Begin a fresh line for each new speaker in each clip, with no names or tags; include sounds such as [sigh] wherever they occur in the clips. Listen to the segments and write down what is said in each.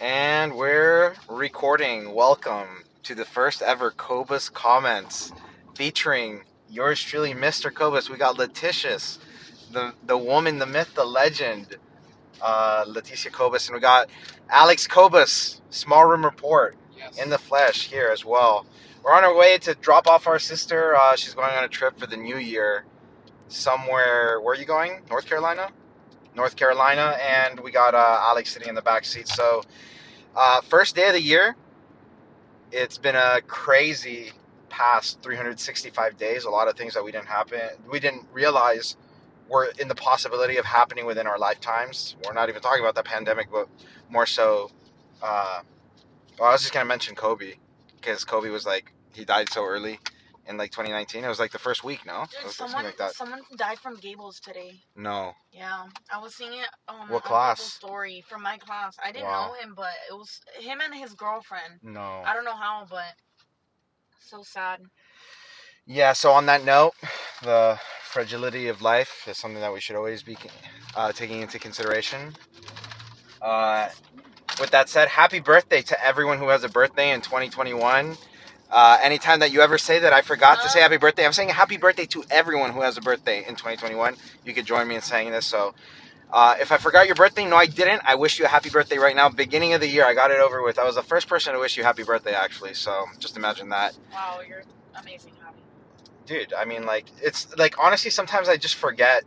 And we're recording. Welcome to the first ever Cobus Comments featuring yours truly, Mr. Cobus. We got Letitia's, the, the woman, the myth, the legend, uh, Leticia Cobus. And we got Alex Cobus, Small Room Report,
Yes.
in the flesh here as well. We're on our way to drop off our sister. Uh, she's going on a trip for the new year somewhere. Where are you going? North Carolina? North Carolina. And we got uh, Alex sitting in the back seat. So. Uh, first day of the year. It's been a crazy past 365 days. A lot of things that we didn't happen, we didn't realize were in the possibility of happening within our lifetimes. We're not even talking about the pandemic, but more so. Uh, well, I was just gonna mention Kobe because Kobe was like he died so early in like 2019. It was like the first week, no? It
Dude,
was like
someone
something like that.
someone died from Gables today.
No.
Yeah, I was seeing it um,
What
on
class?
People's Story from my class. I didn't
Wow.
know him, but it was him and his girlfriend.
No.
I don't know how, but so sad.
Yeah, so on that note, the fragility of life is something that we should always be uh, taking into consideration. Uh, with that said, happy birthday to everyone who has a birthday in 2021. Uh, anytime that you ever say that I forgot to say
Uh.
happy birthday, I'm saying happy birthday to everyone who has a birthday in 2021. You could join me in saying this. So uh, if I forgot your birthday, no, I didn't. I wish you a happy birthday right now. Beginning of the year, I got it over with. I was the first person to wish you happy birthday, actually. So just imagine that
Wow, you're amazing, Javi.
dude i mean like it's like honestly sometimes i just forget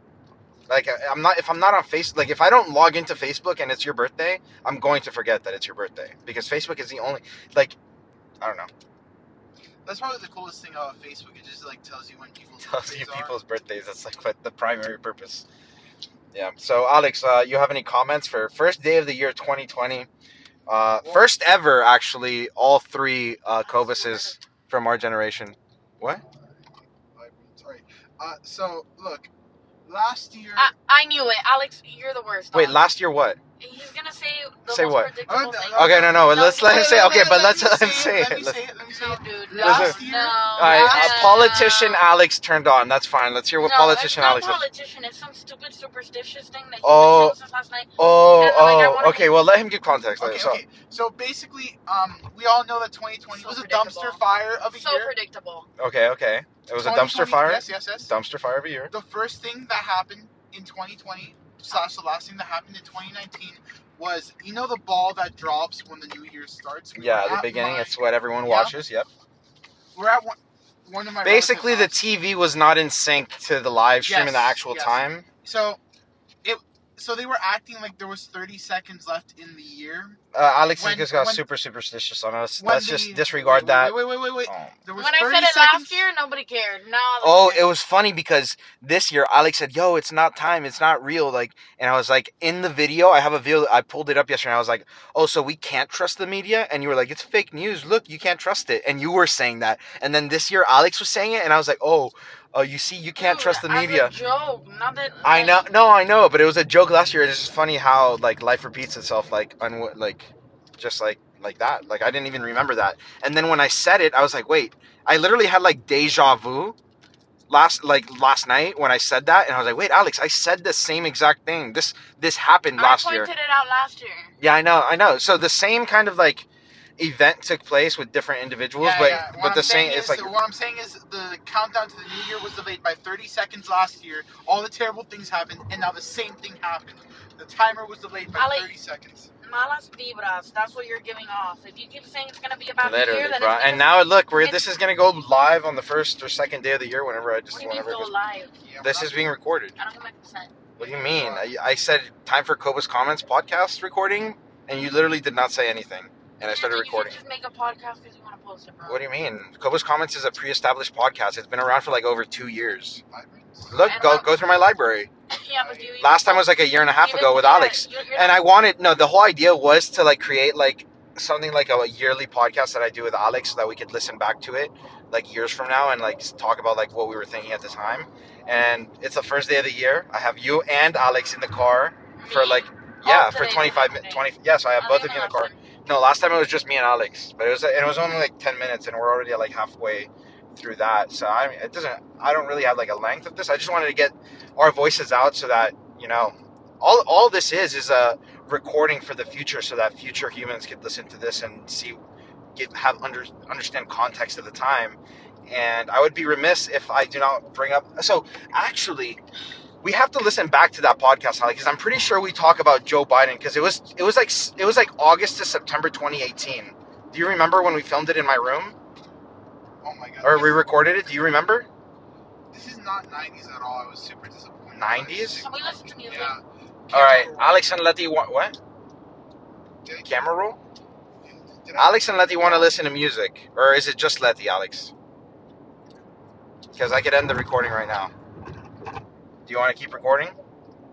like I- i'm not if i'm not on face like if i don't log into facebook and it's your birthday i'm going to forget that it's your birthday because facebook is the only like i don't know [laughs]
That's probably the coolest thing about Facebook. It just like tells you when people's
[laughs] tells you
birthdays are.
people's birthdays that's like what the primary purpose yeah so alex uh, you have any comments for first day of the year 2020 uh, first ever actually all three uh, cobuses from our generation what
Like, sorry. Uh, so look, last year.
I, I knew it, Alex. You're the worst.
wait
Um,
dog.
last year what
He's gonna say the
Say
most
what?
predictable
Oh, the-
thing.
okay no no let's let him say okay but let's
me
let him
say
say
Let
it
me
Let's-
say it. Let me say
No,
it.
dude. No,
Last year?
no,
All right,
Last-
a politician
no.
Alex turned on. That's fine. Let's hear what
no,
politician
it's not
Alex is.
politician. It's some stupid superstitious thing that he
Oh.
oh. us last night.
Oh,
Yeah, like, I
oh,
wanna
okay.
be-
Well, let him give context.
Okay,
so,
okay. So basically, um, we all know that 2020
So
was a
predictable.
dumpster fire of a
So
year.
predictable.
okay, okay. It was a dumpster
2020
fire.
Yes, yes, yes.
Dumpster fire every year.
the first thing that happened in 2020 slash the last thing that happened in 2019 was you know the ball that drops when the new year starts. We
Yeah,
were
the
at
beginning.
mine-
It's what everyone
Yeah.
watches. Yep.
we're at one, one of my
Basically, the
relatives'
TV was not in sync to the live stream and the
Yes,
actual
yes.
time.
house. so it so they were acting like there was 30 seconds left in the year.
Uh, Alex
When-
just got
when-
super superstitious on us.
when
Let's
the-
just disregard
wait,
that.
Wait, wait, wait, wait. wait.
Oh.
There was
When I
30
said it
seconds.
last year, nobody cared. Now.
Oh, it was funny because this year Alex said, "Yo, it's not time. It's not real." Like, and I was like, in the video, I have a video. I pulled it up yesterday. And I was like, "Oh, so we can't trust the media?" And you were like, "It's fake news. Look, you can't trust it." And you were saying that. And then this year, Alex was saying it, and I was like, "Oh, uh, you see, you can't
Dude,
trust the
as a
media."
joke, not that.
I know,
like,
no, I know, but it was a joke last year. It's just funny how like life repeats itself, like un- like just like like that. Like I didn't even remember that. And then when I said it, I was like, wait, I literally had like deja vu last like last night when I said that, and I was like, wait, Alex, I said the same exact thing. This this happened last
I
year.
pointed it out last year.
Yeah, I know, I know. So the same kind of like event took place with different individuals,
Yeah,
but
yeah. What
but the
I'm saying
same. It's
is-
like
what I'm saying is the countdown to the new year was delayed by 30 seconds last year. All the terrible things happened, and now the same thing happened. The timer was delayed by
Ali-
30 seconds.
Malas vibras. That's what you're giving off. If you keep saying it's gonna be about the
literally,
year, then
bro.
it's
And
gonna-
now look, we're
it's-
this is gonna go live on the first or second day of the year, whenever I
What
just
do you mean
whenever. it
go
goes-
live?
Yeah,
This
we're
is being recorded.
I don't get my consent.
What do you mean? I, I said time for Koba's comments podcast recording, and you literally did not say anything, and I started
You
recording.
should just make a podcast because you want to post it, bro.
What do you mean? Koba's comments is a pre-established podcast. It's been around for like over two years.
not vibrants.
Look,
And
go
what-
go through my library.
yeah, but do you even
Last time
post-
was like a year and a half
even-
ago with
yeah,
Alex,
You're, you're
and
not-
I wanted no. The whole idea was to like create like something like a yearly podcast that I do with Alex, so that we could listen back to it like years from now and like talk about like what we were thinking at the time. And it's the first day of the year. I have you and Alex in the car for
Me.
like
All
yeah for
Oh, today,
25
today.
minutes 20 yeah so i have
I'll
both
be
of you in the
last
car
one.
no last time it was just me and alex but it was and it was only like 10 minutes and we're already like halfway through that so i mean it doesn't i don't really have like a length of this i just wanted to get our voices out so that you know all all this is is a recording for the future so that future humans could listen to this and see get have under understand context of the time and i would be remiss if i do not bring up so actually we have to listen back to that podcast because i'm pretty sure we talk about joe biden because it was it was like s- it was like august to september 2018 do you remember when we filmed it in my room
Oh my god.
or
this-
we recorded it do you remember
This is not 90s at all. I was super disappointed.
90s?
Can we listen to music?
Yeah.
all right alex and letty want what
Did I-
camera roll
did I-
Alex and Letty want to listen to music, or is it just Letty, Alex? Because I could end the recording right now. Do you want to keep recording?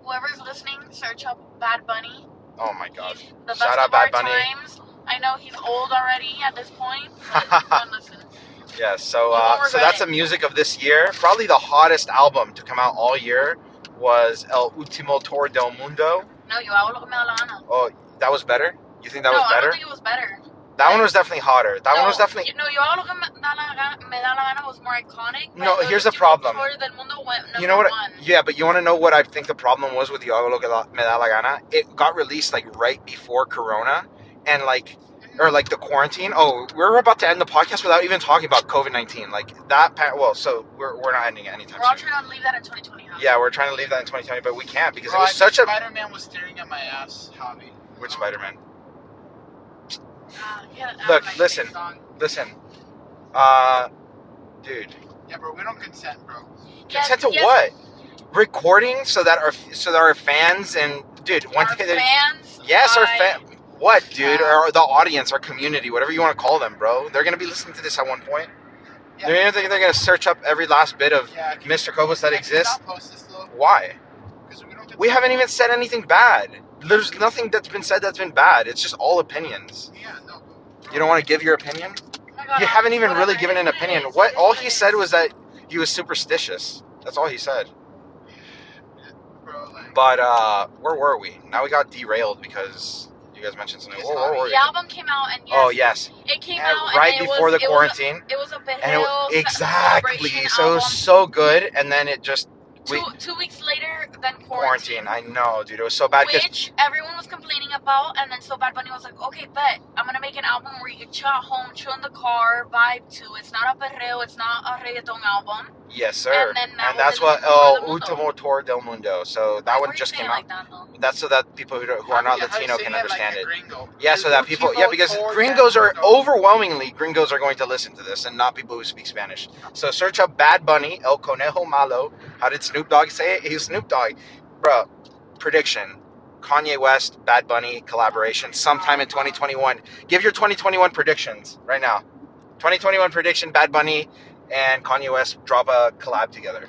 Whoever's listening, search up Bad Bunny.
Oh my
He's
gosh! [laughs]
the best
Shout
of
out Bad
our
Bunny.
times. I know he's old already at this
[laughs]
point, but go and listen.
Yeah. So,
You won't
uh, so
regret
that's
it.
the music of this year. Probably the hottest album to come out all year was El Último Tour del Mundo.
No, yo hablo con Melana.
Oh, that was better. You think that
no,
was
I don't
better?
think it was better.
That one was definitely hotter. That
no,
one was definitely.
You, no, yo hablo con Me da la Gana- Me da la Gana was more iconic. but
No,
El
here's the
Último
problem.
Tour del Mundo went
You know
number
what-
One.
Yeah, but you want to know what I think the problem was with Yo Lo Que La- Me Da La Gana? It got released like right before Corona, and like
Mm-hmm.
or like the quarantine. Oh, we're about to end the podcast without even talking about COVID nineteen. Like that. pa- Well, so we're, we're not ending it anytime
We're all
soon.
trying to leave that in 2020. Huh?
Yeah, we're trying to leave that in twenty twenty, but we can't because it
Bro, I
was
think
such a
Spider-Man was staring at my ass, Javi.
which Spider Man.
Ah, yeah, that
Look,
was a nice
listen.
song.
Listen, uh, dude,
Yeah, bro, we don't consent, bro.
Yes,
consent to
yes,
what? Recording so that our so that our fans and dude, one
our
thing that
fans.
yes, our
I-
fan. What, dude?
Yeah.
Or the audience, our community, whatever you want to call them, bro. They're gonna be listening to this at one point.
Yeah.
They're, gonna- they're gonna search up every last bit of
Yeah, can-
Mr. Kobos that
can we
exists.
not post this, though?
Why?
'Cause we don't
We
consent.
haven't even said anything bad. There's nothing that's been said that's been bad. It's just all opinions.
Yeah, no. bro.
e- You don't want to give your opinion?
Oh my God,
You haven't even
whatever,
really given
it
an
is what it
opinion.
is, it
What
is
all
it
he
is.
said was that he was superstitious. That's all he said.
Bro, like,
But uh where were we? Now we got derailed because you guys mentioned something. Whoa, whoa, whoa.
The album came out and yes,
Oh yes.
it came
And
out
right
and it
before
was,
the
it was a-
quarantine.
It was a big
And it
hill
was
ce-
exactly.
celebration
So it was
album.
so good and then it just we
two, two weeks later, then
quarantine. I know, dude. It was so bad because
which everyone was complaining about, and then so Bad Bunny was like, "Okay, bet I'm gonna make an album where you can chill at home, chill in the car, vibe to. It's not a perreo, it's not a reggaeton album."
yes, sir.
and then that
And
was
that's
El
what
Último
El Ultimo
Tour del Mundo.
Tour del Mundo. So that
Why
one
were you
just
saying
came
it
out.
like that, though?
That's so that people who, don't, who are
How
not
do you- how do you
Latino
say
can
that
understand
like
it.
a gringo?
Yeah, so that
Ultimo
people, yeah, because
Tour del
gringos are
Mundo.
overwhelmingly gringos are going to listen to this, and not people who speak Spanish. So search up Bad Bunny, El Conejo Malo. How did Snoop Dogg say it? He was Snoop Dogg, bro. Prediction: Kanye West, Bad Bunny collaboration sometime in 2021. Give your 2021 predictions right now. 2021 prediction: Bad Bunny and Kanye West drop a collab together.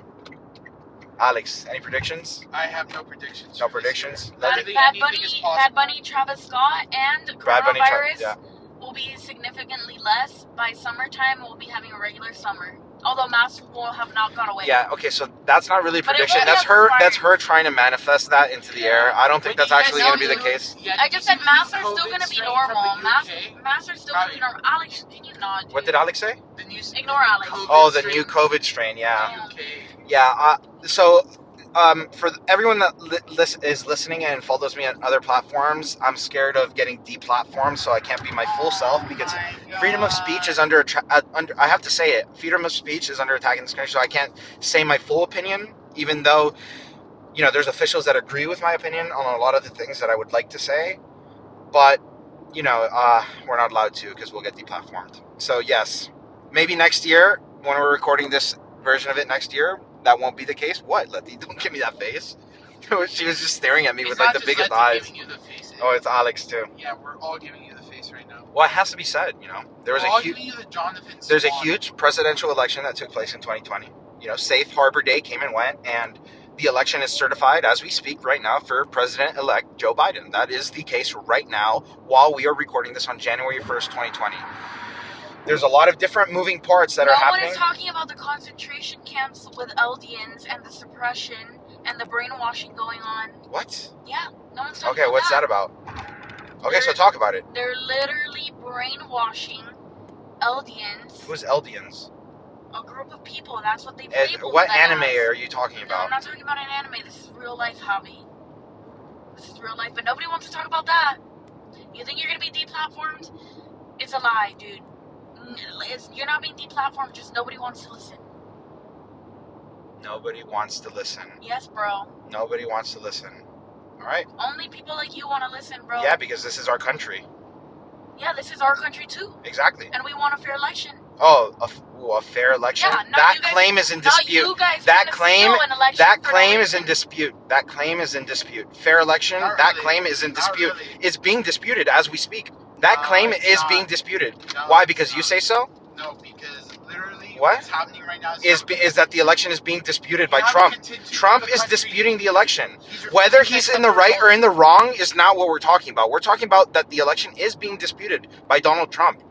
Alex, any predictions?
I have no predictions.
No
for this
predictions?
year.
Bad,
Anything-
Bad
anything
Bunny,
is possible.
Bad Bunny, Travis Scott, and
Bad Bunny, Tra-
coronavirus
yeah.
will be significantly less by summertime. We'll be having a regular summer, although masks will have not gone away.
Yeah. Okay. So that's not really a
But it
prediction.
was
That's her.
required.
That's her trying to manifest that into the air. I don't think that's
But do you guys
actually
know
going to be the
who-
case.
yeah,
I
do you
just said
see the
masks are
COVID
still gonna be
strain from the
normal. Masks,
UK?
masks are still gonna be
Right.
normal. Alex, can you not? Dude?
What did Alex say?
The new s-
Ignore Alex.
COVID
Oh, the
strain
new
from
COVID strain.
the
Yeah.
UK.
Yeah. Uh, so, um, for th- everyone that li- lis- is listening and follows me on other platforms, I'm scared of getting deplatformed, so I can't be my full self because
Oh My
freedom of
God.
speech is under, attra- uh, under I have to say it. Freedom of speech is under attack in this country, so I can't say my full opinion, even though you know there's officials that agree with my opinion on a lot of the things that I would like to say, but you know uh, we're not allowed to because we'll get deplatformed. So yes, maybe next year when we're recording this version of it next year, that won't be the [laughs] case. What, Letty? Don't give me that face. she was just staring at me
It's
with
not
like the
just
biggest
Lexi
eyes.
giving you the face. eh?
Oh, it's Alex too.
yeah, we're all giving you the face right now.
Well, it has to be said. You know, there was
we're
a
all
huge.
giving you the Jonathan.
there's a
Swan.
huge presidential election that took place in 2020. You know, Safe Harbor Day came and went, and the election is certified as we speak right now for President elect Joe Biden. That is the case right now while we are recording this on January 1st, 2020. There's a lot of different moving parts that
no
are
one
happening.
is talking about the concentration camps with LDNs and the suppression and the brainwashing going on.
what?
Yeah, no one's talking
Okay,
about
what's that about? Okay, so talk about it.
They're literally brainwashing LDNs,
Who's Eldians?
a group of people. That's what they
And
labeled
what
them
anime
as.
are you talking
No, I'm
about?
not talking about an anime. This is real life hobby. This is real life, but nobody wants to talk about that. You think you're gonna be deplatformed? It's a lie, dude. N- It's, you're not being deplatformed. Just nobody wants to listen.
Nobody wants to listen.
Yes, bro.
Nobody wants to listen. All right.
Only people like you want to listen, bro.
Yeah, because this is our country.
Yeah, this is our country too,
Exactly.
and we want a fair election.
Oh, a, f- ooh, a fair election.
Yeah, not
that
you guys-
claim is in
Not
dispute.
you guys.
That
wanna
claim-
steal an election
That
for no
claim is in
reason.
dispute. That claim is in dispute. Fair election.
Not
that
really.
claim is in
Not
dispute.
really.
It's being disputed as we speak. That
No,
claim
it's
is
not.
being disputed.
No,
Why?
it's
Because you
not.
say so.
No, because literally
What?
what's happening right now is,
Is be- is that the election is being disputed by
You're not
Trump?
content-
Trump
the
is
country-
disputing the election.
he's
Whether
refusing to
he's
accept
in the right or in the
results.
wrong is not what we're talking about. We're talking about that the election is being disputed by Donald Trump.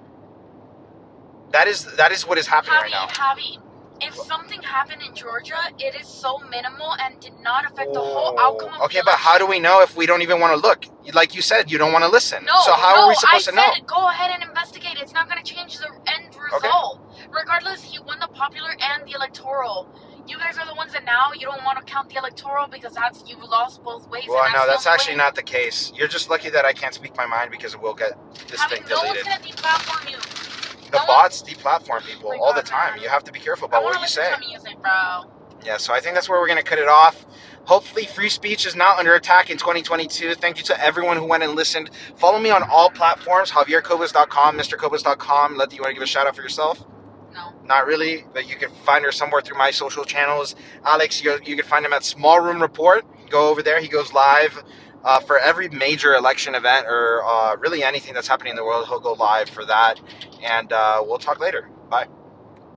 That is that is what is happening right now.
Javi, Javi, if something happened in Georgia, it is so minimal and did not affect the whole
Oh,
outcome of
okay,
the
but how do
election.
we know if we don't even want to look? Like you said, you don't want to listen.
No,
so how
no,
are we supposed
I
to know?
said go ahead and investigate. It's not going to change the end result. Regardless, he won the popular and the electoral. You guys are the ones that now you don't want to count the electoral because that's you lost both ways.
Well,
and
no,
that's
that's
the only
actually
way.
not the case. You're just lucky that I can't speak my mind because it will get this
Javi,
thing
no
deleted.
one's going to deplatform you.
the
no
bots deplatform people
my
all the
God,
time.
man.
You have to be careful
I
about
want
what you
to listen
say.
to music, bro.
Yeah, so I think that's where we're going to cut it off. Hopefully, free speech is not under attack in 2022. Thank you to everyone who went and listened. Follow me on all platforms javiercobas.com, mrcobas.com. Let you want to give a shout out for yourself.
No.
Not really, but you can find her somewhere through my social channels. Alex, you, you can find him at Small Room Report. Go over there. He goes live uh, for every major election event or uh, really anything that's happening in the world. He'll go live for that. And uh, we'll talk later. Bye.